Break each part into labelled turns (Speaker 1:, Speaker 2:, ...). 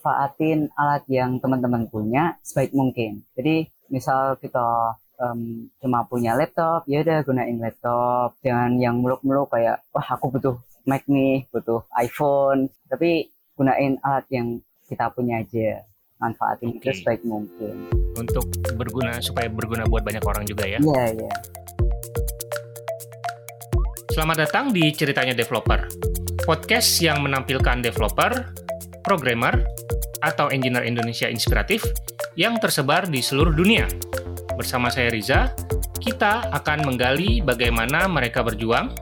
Speaker 1: manfaatin alat yang teman-teman punya sebaik mungkin. Jadi misal kita em, cuma punya laptop, ya udah gunain laptop. Jangan yang muluk-muluk kayak wah aku butuh Mac nih, butuh iPhone. Tapi gunain alat yang kita punya aja. Manfaatin
Speaker 2: Oke.
Speaker 1: itu sebaik mungkin.
Speaker 2: untuk berguna supaya berguna buat banyak orang juga ya.
Speaker 1: Iya, iya.
Speaker 2: Selamat datang di Ceritanya Developer. Podcast yang menampilkan developer, programmer, atau engineer Indonesia inspiratif yang tersebar di seluruh dunia. Bersama saya Riza, kita akan menggali bagaimana mereka berjuang,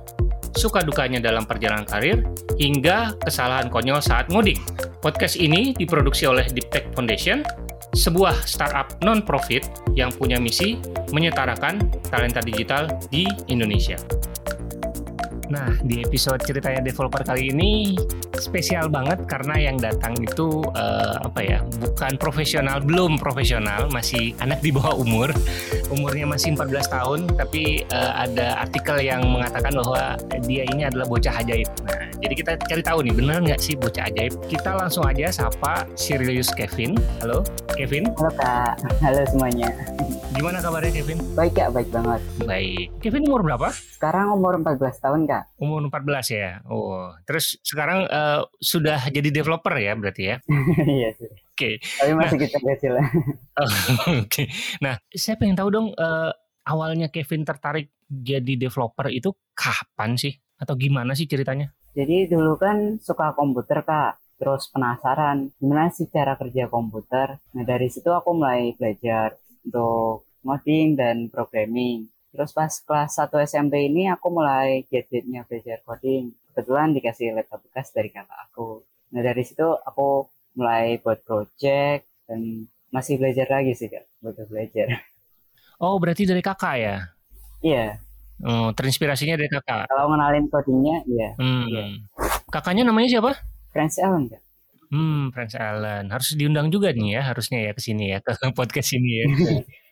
Speaker 2: suka dukanya dalam perjalanan karir, hingga kesalahan konyol saat ngoding. Podcast ini diproduksi oleh Deep Tech Foundation, sebuah startup non-profit yang punya misi menyetarakan talenta digital di Indonesia. Nah, di episode ceritanya developer kali ini spesial banget karena yang datang itu eh, apa ya? Bukan profesional, belum profesional, masih anak di bawah umur. Umurnya masih 14 tahun, tapi eh, ada artikel yang mengatakan bahwa dia ini adalah bocah ajaib. Nah, jadi kita cari tahu nih benar nggak sih bocah ajaib? Kita langsung aja sapa Sirius Kevin. Halo, Kevin.
Speaker 1: Halo Kak, halo semuanya.
Speaker 2: Gimana kabarnya Kevin?
Speaker 1: Baik Kak, baik banget.
Speaker 2: Baik. Kevin umur berapa?
Speaker 1: Sekarang umur 14 tahun Kak.
Speaker 2: Umur 14 ya. Oh, terus sekarang eh, sudah jadi developer ya berarti ya.
Speaker 1: Iya sih.
Speaker 2: Oke.
Speaker 1: Tapi masih kita kecil.
Speaker 2: Oke. Nah, saya pengen tahu dong eh, awalnya Kevin tertarik jadi developer itu kapan sih atau gimana sih ceritanya?
Speaker 1: Jadi dulu kan suka komputer kak, terus penasaran gimana sih cara kerja komputer. Nah dari situ aku mulai belajar untuk coding dan programming. Terus pas kelas 1 SMP ini aku mulai gadgetnya belajar coding. Kebetulan dikasih laptop bekas dari kakak aku. Nah dari situ aku mulai buat project dan masih belajar lagi sih kak, butuh belajar.
Speaker 2: Oh, berarti dari kakak ya?
Speaker 1: Iya,
Speaker 2: Oh, terinspirasinya dari kakak.
Speaker 1: kalau ngenalin codingnya iya.
Speaker 2: Hmm.
Speaker 1: Iya.
Speaker 2: Kakaknya namanya siapa?
Speaker 1: Friends Ellen kak.
Speaker 2: Hmm, Prince Allen. Harus diundang juga nih ya, harusnya ya ke sini ya, ke podcast ini ya.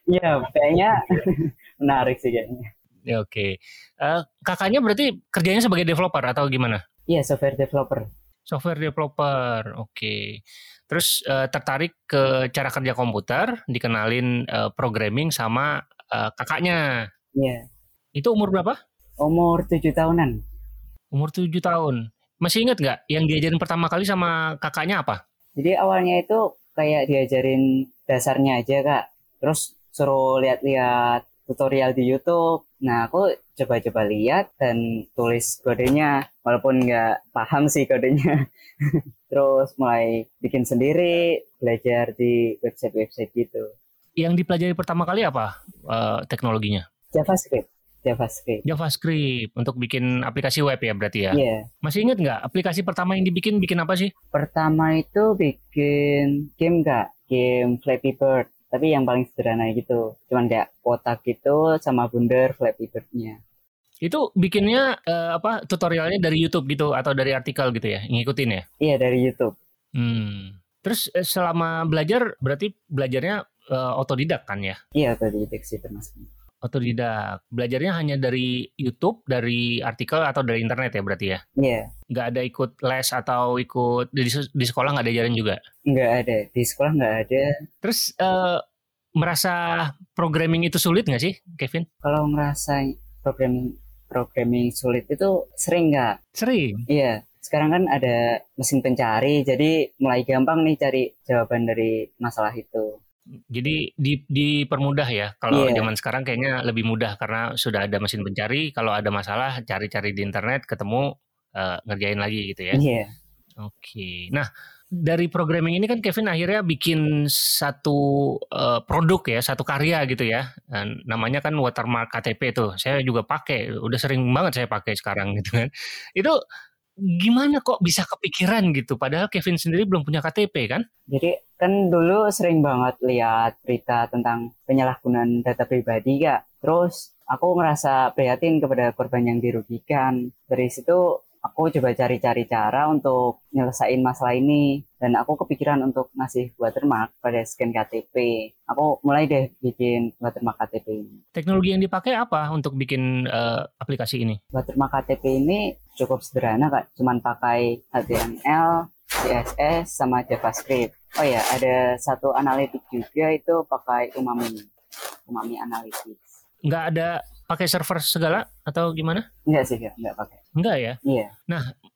Speaker 1: Iya, kayaknya menarik sih kayaknya.
Speaker 2: Ya, Oke. Eh, kakaknya berarti kerjanya sebagai developer atau gimana?
Speaker 1: Iya, software developer.
Speaker 2: Software developer, oke. Terus eh, tertarik ke cara kerja komputer, dikenalin eh, programming sama eh, kakaknya.
Speaker 1: Iya,
Speaker 2: Itu umur berapa?
Speaker 1: umur tujuh tahunan.
Speaker 2: Umur 7 tahun. Masih ingat nggak yang diajarin pertama kali sama kakaknya apa?
Speaker 1: Jadi awalnya itu kayak diajarin dasarnya aja kak. Terus suruh lihat-lihat tutorial di YouTube. Nah aku coba-coba lihat dan tulis kodenya, walaupun nggak paham sih kodenya. Terus mulai bikin sendiri, belajar di website-website gitu.
Speaker 2: Yang dipelajari pertama kali apa eh, teknologinya?
Speaker 1: JavaScript, JavaScript.
Speaker 2: JavaScript untuk bikin aplikasi web ya berarti ya.
Speaker 1: Iya.
Speaker 2: Masih ingat nggak aplikasi pertama yang dibikin bikin apa sih?
Speaker 1: Pertama itu bikin game kak, game Flappy Bird. Tapi yang paling sederhana gitu, cuman kayak kotak gitu sama bundar Flappy Bird-nya.
Speaker 2: Itu bikinnya eh, apa tutorialnya dari YouTube gitu atau dari artikel gitu ya? Ngikutin ya?
Speaker 1: Iya dari YouTube.
Speaker 2: Hmm. Terus eh, selama belajar berarti belajarnya eh, otodidak kan ya?
Speaker 1: Iya tadi deteksi termasuk.
Speaker 2: Otodidak. Belajarnya hanya dari YouTube, dari artikel atau dari internet ya berarti ya?
Speaker 1: Iya,
Speaker 2: Nggak ada ikut les atau ikut di, di sekolah nggak diajarin juga.
Speaker 1: nggak ada di sekolah nggak ada.
Speaker 2: Terus eh, merasa programming itu sulit nggak sih, Kevin?
Speaker 1: Kalau ngerasa program programming sulit itu sering nggak?
Speaker 2: Sering.
Speaker 1: Iya. Sekarang kan ada mesin pencari, jadi mulai gampang nih cari jawaban dari masalah itu.
Speaker 2: Jadi di, dipermudah ya. Kalau
Speaker 1: Iya.
Speaker 2: zaman sekarang kayaknya lebih mudah karena sudah ada mesin pencari. Kalau ada masalah cari-cari di internet, ketemu eh, ngerjain lagi gitu ya.
Speaker 1: Iya.
Speaker 2: Oke. Nah, dari programming ini kan Kevin akhirnya bikin satu eh, produk ya, satu karya gitu ya. Dan namanya kan watermark KTP itu. Saya juga pakai, udah sering banget saya pakai sekarang gitu kan. Itu gimana kok bisa kepikiran gitu padahal Kevin sendiri belum punya KTP kan?
Speaker 1: Jadi kan dulu sering banget lihat berita tentang penyalahgunaan data pribadi kak. Terus aku ngerasa prihatin kepada korban yang dirugikan. Dari situ aku coba cari-cari cara untuk nyelesain masalah ini. Dan aku kepikiran untuk ngasih watermark pada scan KTP. Aku mulai deh bikin watermark KTP ini.
Speaker 2: Teknologi yang dipakai apa untuk bikin eh, aplikasi ini?
Speaker 1: Watermark KTP ini cukup sederhana kak. Cuman pakai HTML, CSS, sama JavaScript. Oh ya, ada satu analitik juga itu pakai Umami. Umami Analytics.
Speaker 2: Nggak ada pakai server segala atau gimana?
Speaker 1: Enggak sih, Fir, nggak pakai.
Speaker 2: Nggak ya?
Speaker 1: Iya.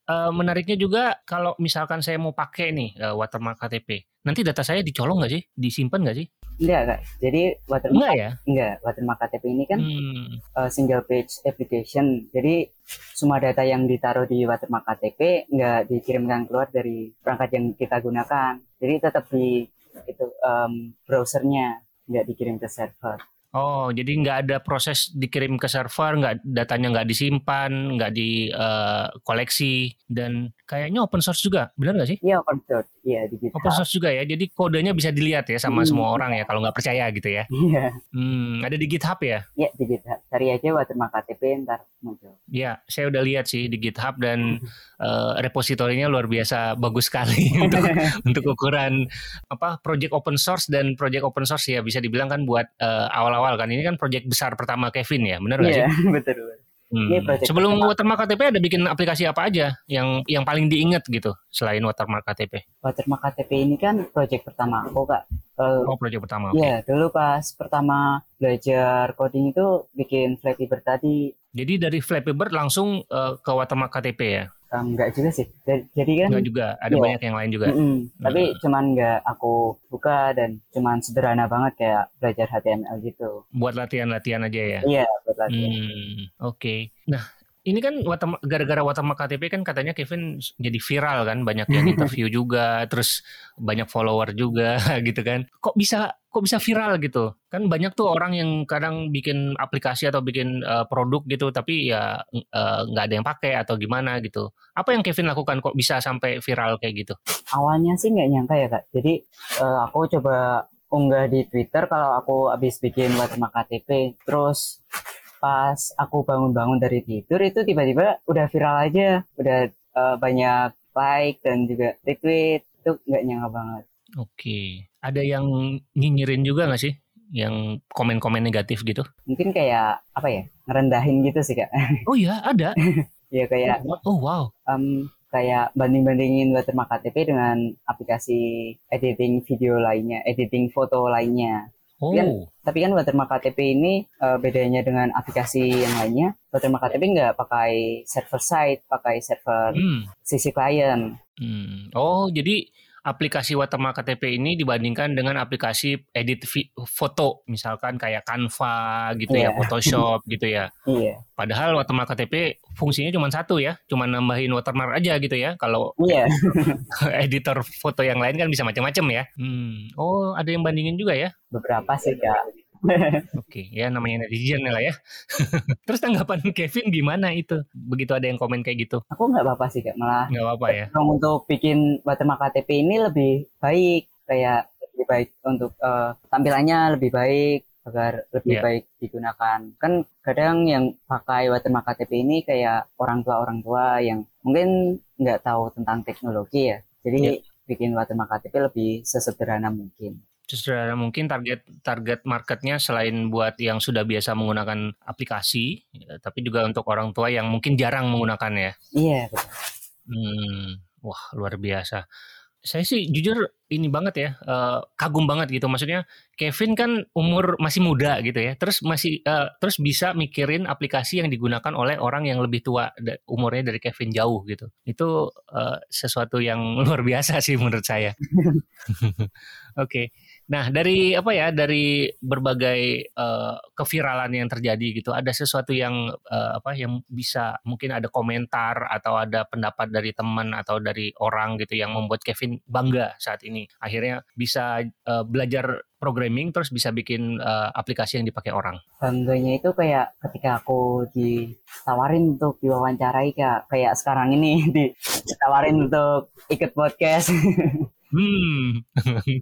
Speaker 2: Eh, menariknya juga kalau misalkan saya mau pakai nih eh, watermark KTP, nanti data saya dicolong nggak sih? Disimpan nggak sih?
Speaker 1: Enggak, enggak. Jadi watermark
Speaker 2: Nggak ya?
Speaker 1: enggak, watermark KTP ini kan
Speaker 2: Hmm.
Speaker 1: eh, single page application. Jadi semua data yang ditaruh di watermark KTP nggak dikirimkan keluar dari perangkat yang kita gunakan. Jadi tetap di itu em, browsernya nggak dikirim ke server.
Speaker 2: Oh, jadi nggak ada proses dikirim ke server, nggak datanya nggak disimpan, nggak di eh, koleksi, dan kayaknya open source juga, benar nggak sih?
Speaker 1: Iya open source, iya di GitHub.
Speaker 2: Open source juga ya, jadi kodenya bisa dilihat ya sama
Speaker 1: Hmm.
Speaker 2: semua orang ya, kalau nggak percaya gitu ya.
Speaker 1: Iya,
Speaker 2: Hmm, ada di GitHub ya?
Speaker 1: iya di GitHub. Cari aja watermark KTP ntar muncul.
Speaker 2: Ya, saya udah lihat sih di GitHub dan
Speaker 1: Hmm.
Speaker 2: eh, repositorinya luar biasa bagus sekali untuk untuk ukuran apa project open source dan project open source ya bisa dibilang kan buat eh, awal-awal kan ini kan project besar pertama Kevin ya, benar nggak
Speaker 1: Iya,
Speaker 2: sih?
Speaker 1: betul.
Speaker 2: Hmm.
Speaker 1: Ini project
Speaker 2: Sebelum
Speaker 1: pertama.
Speaker 2: watermark KTP ada bikin aplikasi apa aja yang yang paling diingat gitu selain watermark KTP?
Speaker 1: Watermark KTP ini kan project pertama aku, Kak. Eh,
Speaker 2: Oh, project pertama. oke.
Speaker 1: Iya, dulu pas pertama belajar coding itu bikin Flappy Bird tadi
Speaker 2: Jadi dari Flappy Bird langsung eh, ke watermark KTP ya?
Speaker 1: em, nggak juga sih. Da- Jadi kan,
Speaker 2: Enggak juga, ada
Speaker 1: Iya.
Speaker 2: banyak yang lain juga.
Speaker 1: mm-mm, tapi cuman nggak aku buka dan cuman sederhana banget kayak belajar HTML gitu.
Speaker 2: Buat latihan-latihan aja ya.
Speaker 1: Iya, buat latihan.
Speaker 2: Hmm, oke. Nah, ini kan watermark- gara-gara watermark KTP kan katanya Kevin jadi viral kan, banyak yang interview juga, terus banyak follower juga gitu kan. Kok bisa kok bisa viral gitu? Kan banyak tuh orang yang kadang bikin aplikasi atau bikin eh, produk gitu tapi ya eh, nggak ada yang pakai atau gimana gitu. Apa yang Kevin lakukan kok bisa sampai viral kayak gitu?
Speaker 1: Awalnya sih nggak nyangka ya kak. Jadi eh, aku coba unggah di Twitter kalau aku habis bikin watermark KTP. Terus pas aku bangun-bangun dari tidur itu tiba-tiba udah viral aja, udah eh, banyak like dan juga retweet. Itu nggak nyangka banget.
Speaker 2: Oke. Ada yang nyinyirin juga nggak sih? Yang komen-komen negatif gitu?
Speaker 1: Mungkin kayak apa ya ngerendahin gitu sih kak.
Speaker 2: Oh iya, ada.
Speaker 1: ya kayak
Speaker 2: Oh wow.
Speaker 1: em, kayak banding-bandingin watermark KTP dengan aplikasi editing video lainnya, editing foto lainnya.
Speaker 2: Oh.
Speaker 1: Kan Tapi kan watermark KTP ini eh, bedanya dengan aplikasi yang lainnya, watermark KTP nggak pakai server side, pakai server
Speaker 2: Hmm.
Speaker 1: sisi klien.
Speaker 2: Hmm. Oh, jadi aplikasi Watermark KTP ini dibandingkan dengan aplikasi edit vi- foto, misalkan kayak Canva gitu
Speaker 1: Iya.
Speaker 2: ya, Photoshop gitu ya.
Speaker 1: Iya,
Speaker 2: Padahal Watermark KTP fungsinya cuma satu ya, cuma nambahin watermark aja gitu ya. Kalau
Speaker 1: iya,
Speaker 2: editor foto yang lain kan bisa macam-macam ya. Hmm. Oh, ada yang bandingin juga ya?
Speaker 1: beberapa sih kak.
Speaker 2: Oke, ya namanya netizen lah ya. Terus tanggapan Kevin gimana itu? Begitu ada yang komen kayak gitu,
Speaker 1: Aku nggak apa-apa sih kak, malah
Speaker 2: nggak apa-apa ya?
Speaker 1: Kalau untuk bikin watermark KTP ini lebih baik, kayak lebih baik untuk eh, tampilannya lebih baik agar lebih
Speaker 2: Iya.
Speaker 1: baik digunakan. Kan kadang yang pakai watermark KTP ini kayak orang tua orang tua yang mungkin nggak tahu tentang teknologi ya.
Speaker 2: Iya.
Speaker 1: Jadi bikin watermark KTP lebih sesederhana mungkin.
Speaker 2: Sesederhana eh, mungkin target target marketnya selain buat yang sudah biasa menggunakan aplikasi, ya, tapi juga untuk orang tua yang mungkin jarang menggunakan ya.
Speaker 1: Iya, betul.
Speaker 2: Hmm, wah luar biasa. Saya sih jujur ini banget ya, eh, kagum banget gitu. Maksudnya Kevin kan umur masih muda gitu ya, terus masih eh, terus bisa mikirin aplikasi yang digunakan oleh orang yang lebih tua da- umurnya dari Kevin jauh gitu. Itu eh, sesuatu yang luar biasa sih menurut saya. Oke. Nah, dari apa ya? Dari berbagai eh, keviralan yang terjadi gitu, ada sesuatu yang eh, apa yang bisa mungkin ada komentar atau ada pendapat dari teman atau dari orang gitu yang membuat Kevin bangga saat ini. Akhirnya bisa eh, belajar programming terus bisa bikin eh, aplikasi yang dipakai orang.
Speaker 1: Bangganya itu kayak ketika aku ditawarin untuk diwawancarai kak, kayak sekarang ini ditawarin untuk ikut podcast.
Speaker 2: Hmm.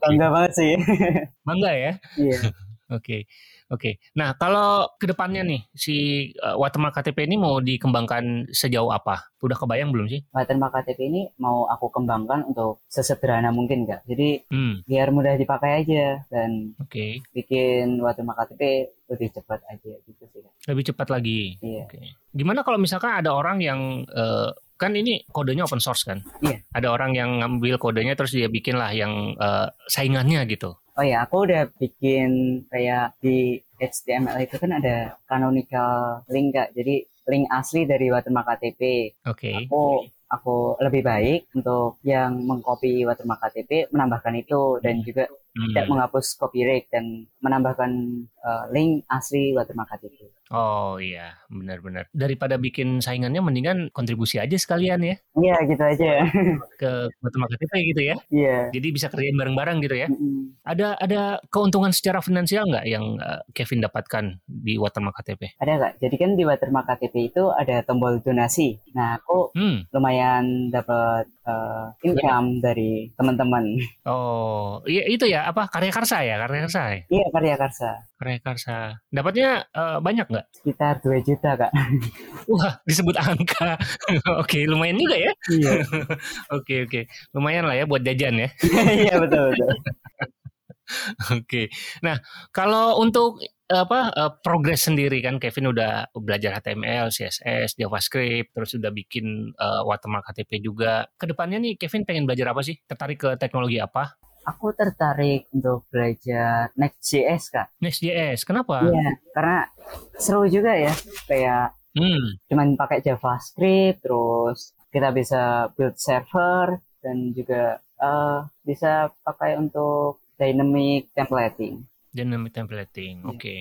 Speaker 1: Bangga banget sih.
Speaker 2: bangga ya.
Speaker 1: Iya.
Speaker 2: Oke, oke. Nah, kalau kedepannya nih si eh, Watermark KTP ini mau dikembangkan sejauh apa? Udah kebayang belum sih?
Speaker 1: Watermark KTP ini mau aku kembangkan untuk sesederhana mungkin kak. Jadi
Speaker 2: Hmm,
Speaker 1: biar mudah dipakai aja dan
Speaker 2: oke.
Speaker 1: bikin watermark KTP lebih cepat aja gitu sih kak.
Speaker 2: Lebih cepat lagi.
Speaker 1: Iya.
Speaker 2: Oke. Gimana kalau misalkan ada orang yang eh, kan ini kodenya open source kan?
Speaker 1: Iya.
Speaker 2: Ada orang yang ngambil kodenya terus dia bikin lah yang eh, saingannya gitu.
Speaker 1: Oh ya, aku udah bikin kayak di HTML itu kan ada canonical link kak. Jadi link asli dari watermark KTP.
Speaker 2: Oke.
Speaker 1: aku aku lebih baik untuk yang mengcopy watermark KTP menambahkan itu dan juga
Speaker 2: Hmm.
Speaker 1: tidak menghapus copyright dan menambahkan eh, link asli watermark KTP.
Speaker 2: Oh iya, benar-benar. Daripada bikin saingannya mendingan kontribusi aja sekalian ya
Speaker 1: Iya gitu aja.
Speaker 2: ke Watermark KTP gitu ya.
Speaker 1: Iya.
Speaker 2: Jadi bisa kerjain bareng-bareng gitu ya.
Speaker 1: Mm-mm.
Speaker 2: Ada ada keuntungan secara finansial nggak yang eh, Kevin dapatkan di Watermark KTP?
Speaker 1: Ada kak. Jadi kan di watermark KTP itu ada tombol donasi. Nah aku
Speaker 2: Hmm.
Speaker 1: lumayan dapat eh, income dari teman-teman.
Speaker 2: Oh, iya itu ya apa karya karsa ya karya karsa ya?
Speaker 1: Iya karya karsa
Speaker 2: karya karsa. Dapatnya eh, banyak nggak?
Speaker 1: sekitar 2 juta kak.
Speaker 2: Wah disebut angka. Oke lumayan juga ya.
Speaker 1: Iya.
Speaker 2: Oke oke lumayan lah ya buat jajan ya.
Speaker 1: Iya betul betul.
Speaker 2: Oke. Nah, kalau untuk apa eh, progres sendiri kan Kevin udah belajar HTML, CSS, JavaScript, terus udah bikin eh, watermark KTP juga. Kedepannya nih Kevin pengen belajar apa sih? Tertarik ke teknologi apa?
Speaker 1: Aku tertarik untuk belajar Next.js kak.
Speaker 2: Next.js. Kenapa?
Speaker 1: Iya, karena seru juga ya. Kayak
Speaker 2: Hmm.
Speaker 1: cuman pakai JavaScript, terus kita bisa build server dan juga eh, bisa pakai untuk dynamic templating.
Speaker 2: Dynamic
Speaker 1: Iya.
Speaker 2: templating. Oke.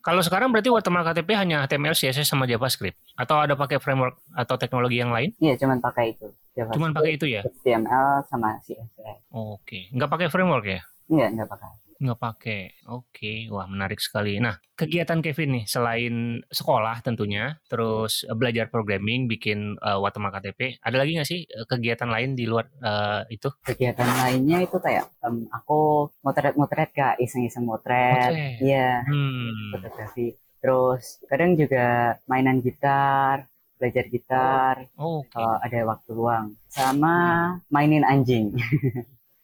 Speaker 2: Kalau sekarang berarti watermark KTP hanya HTML, CSS sama JavaScript atau ada pakai framework atau teknologi yang lain?
Speaker 1: Iya, cuman pakai itu. JavaScript,
Speaker 2: Cuman pakai itu ya.
Speaker 1: HTML sama CSS.
Speaker 2: Oke. Nggak pakai framework ya?
Speaker 1: Iya, nggak pakai.
Speaker 2: nggak pakai. Oke, wah menarik sekali. Nah, kegiatan Kevin nih selain sekolah tentunya, terus eh, belajar programming, bikin eh, watermark KTP, ada lagi nggak sih eh, kegiatan lain di luar eh, itu?
Speaker 1: Kegiatan lainnya itu kayak em, aku motret-motret kak, iseng-iseng motret.
Speaker 2: Oke.
Speaker 1: Iya,
Speaker 2: Hmm,
Speaker 1: fotografi. Terus kadang juga mainan gitar, belajar gitar.
Speaker 2: oke.
Speaker 1: kalau ada waktu luang sama mainin anjing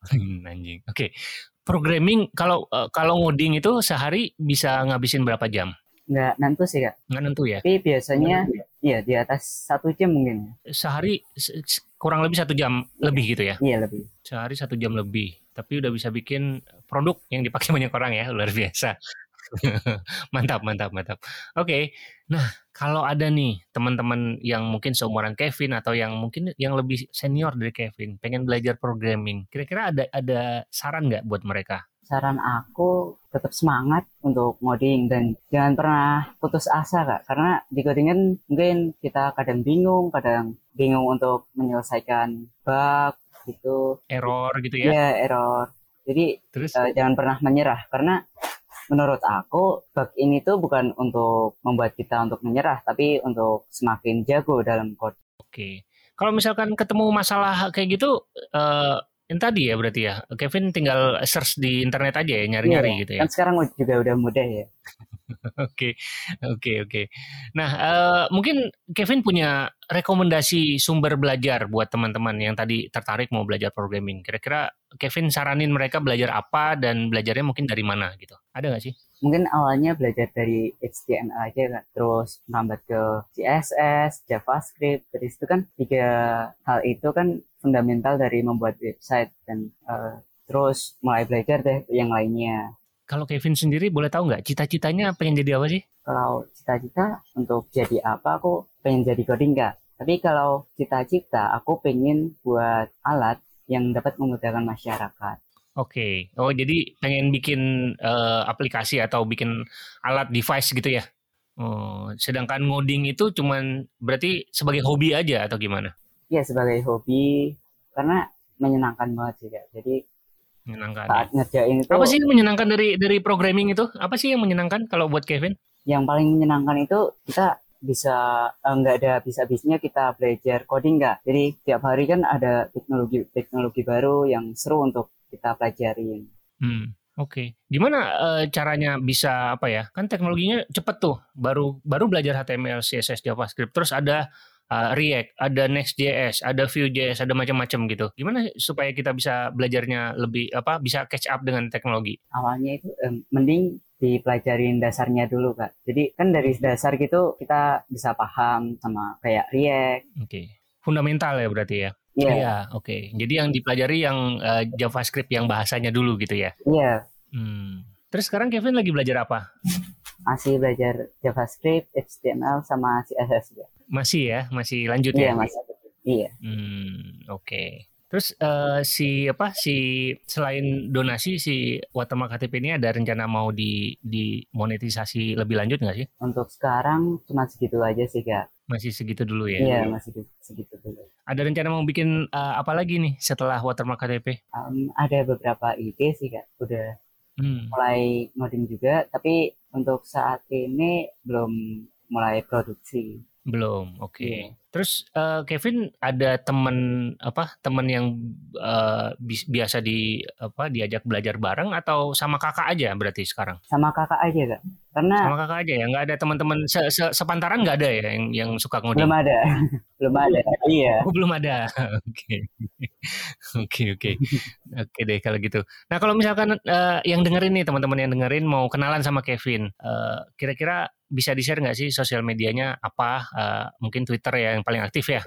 Speaker 2: Hmm, Anjing. Oke. Programming kalau eh, kalau ngoding itu sehari bisa ngabisin berapa jam?
Speaker 1: nggak nentu sih kak
Speaker 2: Nggak nentu ya.
Speaker 1: tapi biasanya iya di atas satu jam mungkin
Speaker 2: Sehari se- se- kurang lebih satu jam lebih gitu ya.
Speaker 1: iya lebih
Speaker 2: Sehari satu jam lebih. Tapi udah bisa bikin produk yang dipakai banyak orang ya, luar biasa. mantap mantap mantap oke nah kalau ada nih teman-teman yang mungkin seumuran Kevin atau yang mungkin yang lebih senior dari Kevin pengen belajar programming kira-kira ada ada saran nggak buat mereka
Speaker 1: saran aku tetap semangat untuk ngoding dan jangan pernah putus asa kak karena di coding kan mungkin kita kadang bingung kadang bingung untuk menyelesaikan bug gitu
Speaker 2: error gitu ya
Speaker 1: ya error jadi
Speaker 2: terus
Speaker 1: Eh, jangan pernah menyerah karena menurut aku bug ini tuh bukan untuk membuat kita untuk menyerah tapi untuk semakin jago dalam code.
Speaker 2: oke kalau misalkan ketemu masalah kayak gitu eh yang tadi ya berarti ya Kevin tinggal search di internet aja ya nyari-nyari
Speaker 1: Iya,
Speaker 2: gitu ya
Speaker 1: Kan sekarang juga udah mudah ya.
Speaker 2: Oke, oke, oke. Nah, eh, mungkin Kevin punya rekomendasi sumber belajar buat teman-teman yang tadi tertarik mau belajar programming. Kira-kira Kevin saranin mereka belajar apa dan belajarnya mungkin dari mana gitu. Ada nggak sih?
Speaker 1: Mungkin awalnya belajar dari HTML aja kan, terus merambat ke CSS, JavaScript, dari situ kan tiga hal itu kan fundamental dari membuat website dan eh, terus mulai belajar deh yang lainnya.
Speaker 2: Kalau Kevin sendiri boleh tahu nggak cita-citanya pengen jadi apa sih?
Speaker 1: kalau cita-cita untuk jadi apa aku pengen jadi coding kak tapi kalau cita-cita aku pengen buat alat yang dapat memudahkan masyarakat
Speaker 2: Oke. Oh, jadi pengen bikin eh, aplikasi atau bikin alat device gitu ya? Oh, sedangkan ngoding itu cuman berarti sebagai hobi aja atau gimana?
Speaker 1: ya sebagai hobi karena menyenangkan banget sih kak jadi
Speaker 2: Menyenangkan. ya?
Speaker 1: saat ngerjain itu
Speaker 2: Apa sih yang menyenangkan dari dari programming itu? Apa sih yang menyenangkan kalau buat Kevin?
Speaker 1: yang paling menyenangkan itu kita bisa eh, nggak ada habis-habisnya kita belajar coding kak jadi tiap hari kan ada teknologi teknologi baru yang seru untuk kita pelajarin
Speaker 2: Hmm. Oke, gimana eh, caranya bisa apa ya? Kan teknologinya cepet tuh, baru baru belajar HTML, CSS, JavaScript, terus ada eh, React, ada Next.js, ada Vue.js, ada macam-macam gitu. Gimana supaya kita bisa belajarnya lebih apa? Bisa catch up dengan teknologi?
Speaker 1: awalnya itu em, mending dipelajarin dasarnya dulu kak. Jadi kan dari dasar gitu kita bisa paham sama kayak React.
Speaker 2: Oke, fundamental ya berarti ya.
Speaker 1: Iya,
Speaker 2: Iya, oke. Jadi yang dipelajari yang eh, JavaScript yang bahasanya dulu gitu ya.
Speaker 1: iya.
Speaker 2: Hmm. Terus sekarang Kevin lagi belajar apa?
Speaker 1: Masih belajar JavaScript, HTML sama CSS ya.
Speaker 2: Masih ya, masih lanjut
Speaker 1: Iya
Speaker 2: ya.
Speaker 1: mas. Iya.
Speaker 2: Hmm, oke. Terus eh, si apa si selain donasi si Watermark KTP ini ada rencana mau di dimonetisasi lebih lanjut nggak sih?
Speaker 1: Untuk sekarang cuma segitu aja sih kak.
Speaker 2: Masih segitu dulu ya.
Speaker 1: Iya masih di- segitu dulu.
Speaker 2: Ada rencana mau bikin eh, apa lagi nih setelah Watermark KTP?
Speaker 1: Em, ada beberapa ide sih kak. Udah
Speaker 2: Hmm,
Speaker 1: mulai ngoding juga, tapi untuk saat ini belum mulai produksi.
Speaker 2: belum. Oke.
Speaker 1: Iya.
Speaker 2: Terus eh, Kevin ada teman apa teman yang eh, bi- biasa di apa diajak belajar bareng atau sama kakak aja berarti sekarang?
Speaker 1: Sama kakak aja kak. Karena
Speaker 2: Sama kakak aja ya, nggak ada teman-teman se- se- sepantaran nggak ada ya yang yang suka ngoding.
Speaker 1: belum ada belum ada iya
Speaker 2: Oh belum ada. Oke. Oke oke. Oke deh kalau gitu. Nah, kalau misalkan eh, yang dengerin nih teman-teman yang dengerin mau kenalan sama Kevin, eh, kira-kira bisa di-share nggak sih sosial medianya apa? Eh, mungkin Twitter ya yang paling aktif ya.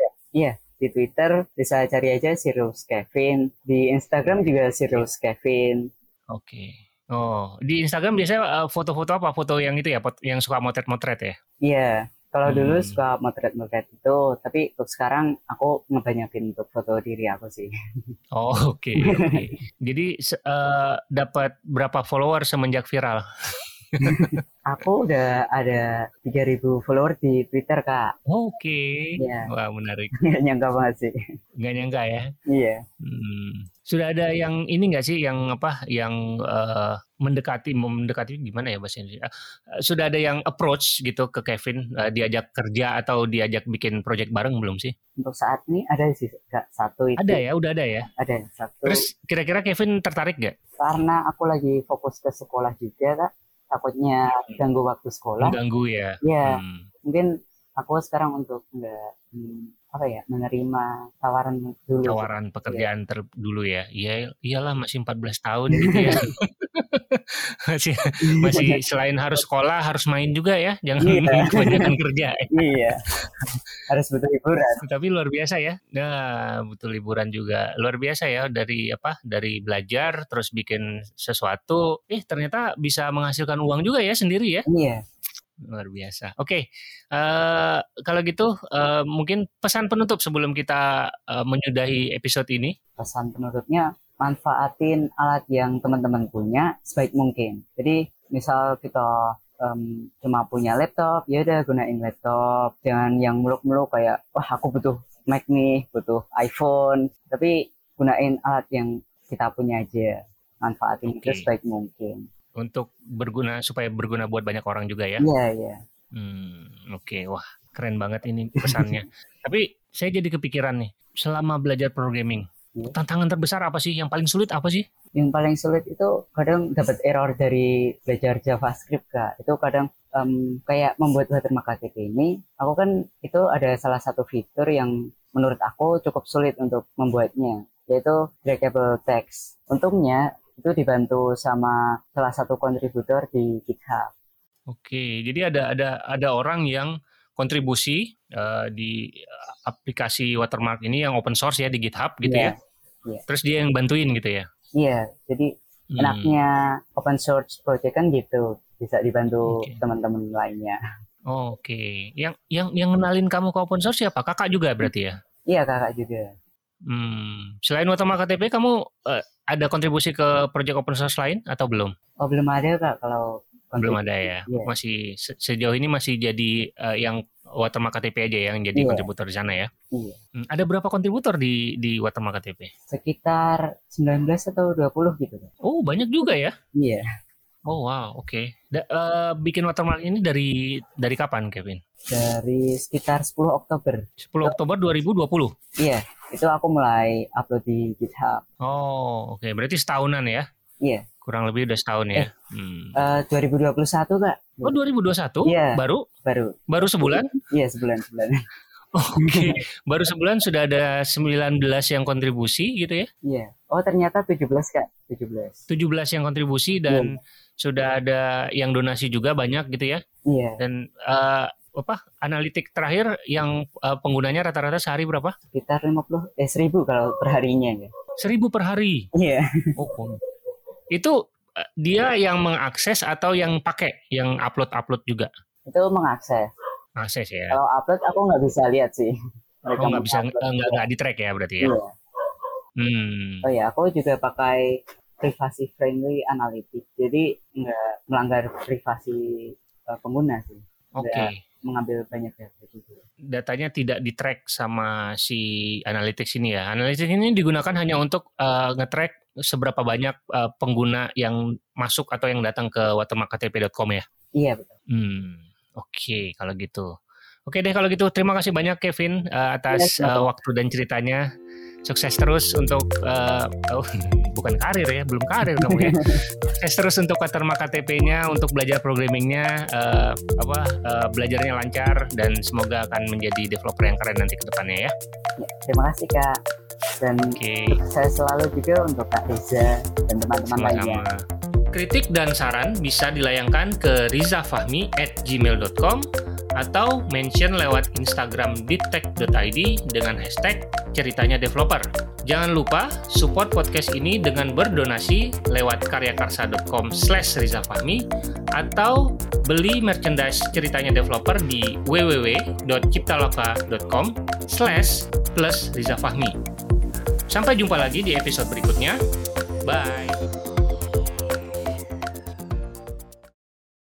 Speaker 1: di Twitter bisa cari aja Sirius Kevin di Instagram juga Sirius Kevin
Speaker 2: Oke. Oh, di Instagram biasanya eh, foto-foto apa? Foto yang itu ya, pot- yang suka motret-motret ya.
Speaker 1: iya kalau dulu
Speaker 2: Hmm.
Speaker 1: suka motret-motret itu tapi untuk sekarang aku ngebanyakin untuk foto diri aku sih
Speaker 2: Oh, oke. oke. Jadi se- eh, dapat berapa follower semenjak viral?
Speaker 1: aku udah ada 3000 follower di Twitter kak
Speaker 2: Oke.
Speaker 1: Iya.
Speaker 2: Wah, menarik.
Speaker 1: nggak nyangka banget sih
Speaker 2: Nggak nyangka ya.
Speaker 1: iya
Speaker 2: Hmm. Sudah ada yang ini nggak sih yang apa yang eh, mendekati mendekati gimana ya bahasa Indonesia? Eh, sudah ada yang approach gitu ke Kevin eh, diajak kerja atau diajak bikin project bareng belum sih?
Speaker 1: untuk saat ini ada sih kak satu itu
Speaker 2: Ada ya, udah ada ya.
Speaker 1: ada satu
Speaker 2: Terus kira-kira Kevin tertarik nggak
Speaker 1: karena aku lagi fokus ke sekolah juga kak takutnya ganggu waktu sekolah
Speaker 2: mengganggu ya?
Speaker 1: iya
Speaker 2: Hmm.
Speaker 1: mungkin aku sekarang untuk nggak hmm, apa ya menerima tawaran dulu
Speaker 2: Tawaran pekerjaan ter- dulu ya. Iya, iyalah masih 14 tahun gitu ya. masih masih selain harus sekolah harus main juga ya. Jangan
Speaker 1: Iya.
Speaker 2: kebanyakan kerja.
Speaker 1: iya harus butuh hiburan
Speaker 2: tapi luar biasa ya. Nah, butuh liburan juga. Luar biasa ya dari apa? Dari belajar terus bikin sesuatu. Eh, ternyata bisa menghasilkan uang juga ya sendiri ya.
Speaker 1: iya
Speaker 2: Luar biasa. Oke. eh kalau gitu eh, mungkin pesan penutup sebelum kita eh, menyudahi episode ini.
Speaker 1: pesan penutupnya manfaatin alat yang teman-teman punya sebaik mungkin jadi misal kita em, cuma punya laptop ya udah gunain laptop jangan yang muluk-muluk kayak wah aku butuh Mac nih butuh iPhone tapi gunain alat yang kita punya aja manfaatin itu
Speaker 2: Oke.
Speaker 1: sebaik mungkin
Speaker 2: Untuk berguna supaya berguna buat banyak orang juga ya.
Speaker 1: iya iya
Speaker 2: Hmm, oke, wah keren banget ini pesannya. Tapi saya jadi kepikiran nih, selama belajar programming,
Speaker 1: Iya.
Speaker 2: tantangan terbesar apa sih? Yang paling sulit apa sih?
Speaker 1: yang paling sulit itu kadang dapat error dari belajar JavaScript kak itu kadang em, kayak membuat watermark KTP ini aku kan itu ada salah satu fitur yang menurut aku cukup sulit untuk membuatnya yaitu draggable text untungnya itu dibantu sama salah satu kontributor di GitHub
Speaker 2: Oke, jadi ada ada ada orang yang kontribusi eh, di eh, aplikasi watermark ini yang open source ya di GitHub gitu
Speaker 1: Iya.
Speaker 2: ya. Terus dia yang bantuin gitu ya.
Speaker 1: iya jadi
Speaker 2: Hmm,
Speaker 1: enaknya open source project kan gitu bisa dibantu
Speaker 2: Oke.
Speaker 1: teman-teman lainnya
Speaker 2: Oke, yang yang yang kenalin kamu ke open source siapa? Kakak juga berarti ya.
Speaker 1: iya kakak juga
Speaker 2: Hmm, selain watermark KTP kamu eh, ada kontribusi ke project open source lain atau belum?
Speaker 1: oh belum ada kak kalau
Speaker 2: Belum
Speaker 1: kontribusi.
Speaker 2: ada ya.
Speaker 1: Iya.
Speaker 2: Masih se- sejauh ini masih jadi eh, yang watermark KTP aja ya, yang jadi
Speaker 1: Iya.
Speaker 2: kontributor di sana ya.
Speaker 1: Iya.
Speaker 2: Hmm, ada berapa kontributor di di watermark KTP?
Speaker 1: sekitar 19 atau 20 gitu Kak.
Speaker 2: Oh, banyak juga ya.
Speaker 1: Iya.
Speaker 2: Oh wow, oke. Da- eh, bikin watermark ini dari dari kapan, Kevin?
Speaker 1: Dari sekitar 10 Oktober.
Speaker 2: 10 Oktober 2020.
Speaker 1: Iya, itu aku mulai upload di GitHub.
Speaker 2: Oh, oke. Berarti setahunan ya?
Speaker 1: Iya.
Speaker 2: Kurang lebih udah setahun ya.
Speaker 1: Eh.
Speaker 2: Hmm.
Speaker 1: Eh, 2021 kak
Speaker 2: Oh 2021
Speaker 1: Iya.
Speaker 2: baru
Speaker 1: baru.
Speaker 2: baru sebulan.
Speaker 1: Iya sebulan sebulan. Iya.
Speaker 2: Oke. baru sebulan sudah ada 19 yang kontribusi gitu ya.
Speaker 1: Iya. Oh ternyata 17 kak 17.
Speaker 2: 17 yang kontribusi dan sudah ada yang donasi juga banyak gitu ya.
Speaker 1: Iya.
Speaker 2: Dan eh, apa analitik terakhir yang eh, penggunanya rata-rata sehari berapa?
Speaker 1: Sekitar 50 eh 1000 kalau perharinya ya.
Speaker 2: 1000 per hari.
Speaker 1: Iya.
Speaker 2: Oh. kom. Itu eh, dia yang mengakses atau yang pakai, yang upload-upload juga.
Speaker 1: Itu mengakses.
Speaker 2: Akses ya.
Speaker 1: Kalau upload aku nggak bisa lihat sih. Mereka
Speaker 2: Oh nggak bisa
Speaker 1: mengupload.
Speaker 2: eh, nggak nggak di track ya berarti ya.
Speaker 1: Iya.
Speaker 2: Hmm.
Speaker 1: Oh ya, aku juga pakai privasi friendly analytics. Jadi nggak melanggar privasi eh, pengguna sih.
Speaker 2: Oke.
Speaker 1: Iya. Mengambil banyak data juga.
Speaker 2: Datanya tidak di track sama si analytics ini ya. Analytics ini digunakan hanya untuk eh, nge-track seberapa banyak eh, pengguna yang masuk atau yang datang ke watermarktp.com ya.
Speaker 1: Iya betul.
Speaker 2: Hmm. Oke, kalau gitu. Oke deh kalau gitu terima kasih banyak Kevin eh, atas
Speaker 1: Iya, sama-sama.
Speaker 2: eh, waktu dan ceritanya. Sukses terus untuk eh, oh, bukan karir ya, belum karir kamu ya. Sukses terus untuk Watermark KTP-nya, untuk belajar programmingnya eh, apa eh, belajarnya lancar dan semoga akan menjadi developer yang keren nanti ke depannya ya.
Speaker 1: Ya, terima kasih kak. Dan
Speaker 2: Oke.
Speaker 1: saya selalu juga untuk Kak Reza dan teman-teman lainnya.
Speaker 2: Sama-sama. Kritik dan saran bisa dilayangkan ke rizafahmi at gmail.com atau mention lewat Instagram diptech.id dengan hashtag ceritanya developer. Jangan lupa support podcast ini dengan berdonasi lewat karyakarsa.com slash rizafahmi atau beli merchandise ceritanya developer di www.ciptalaka.com slash plus rizafahmi. Sampai jumpa lagi di episode berikutnya. Bye!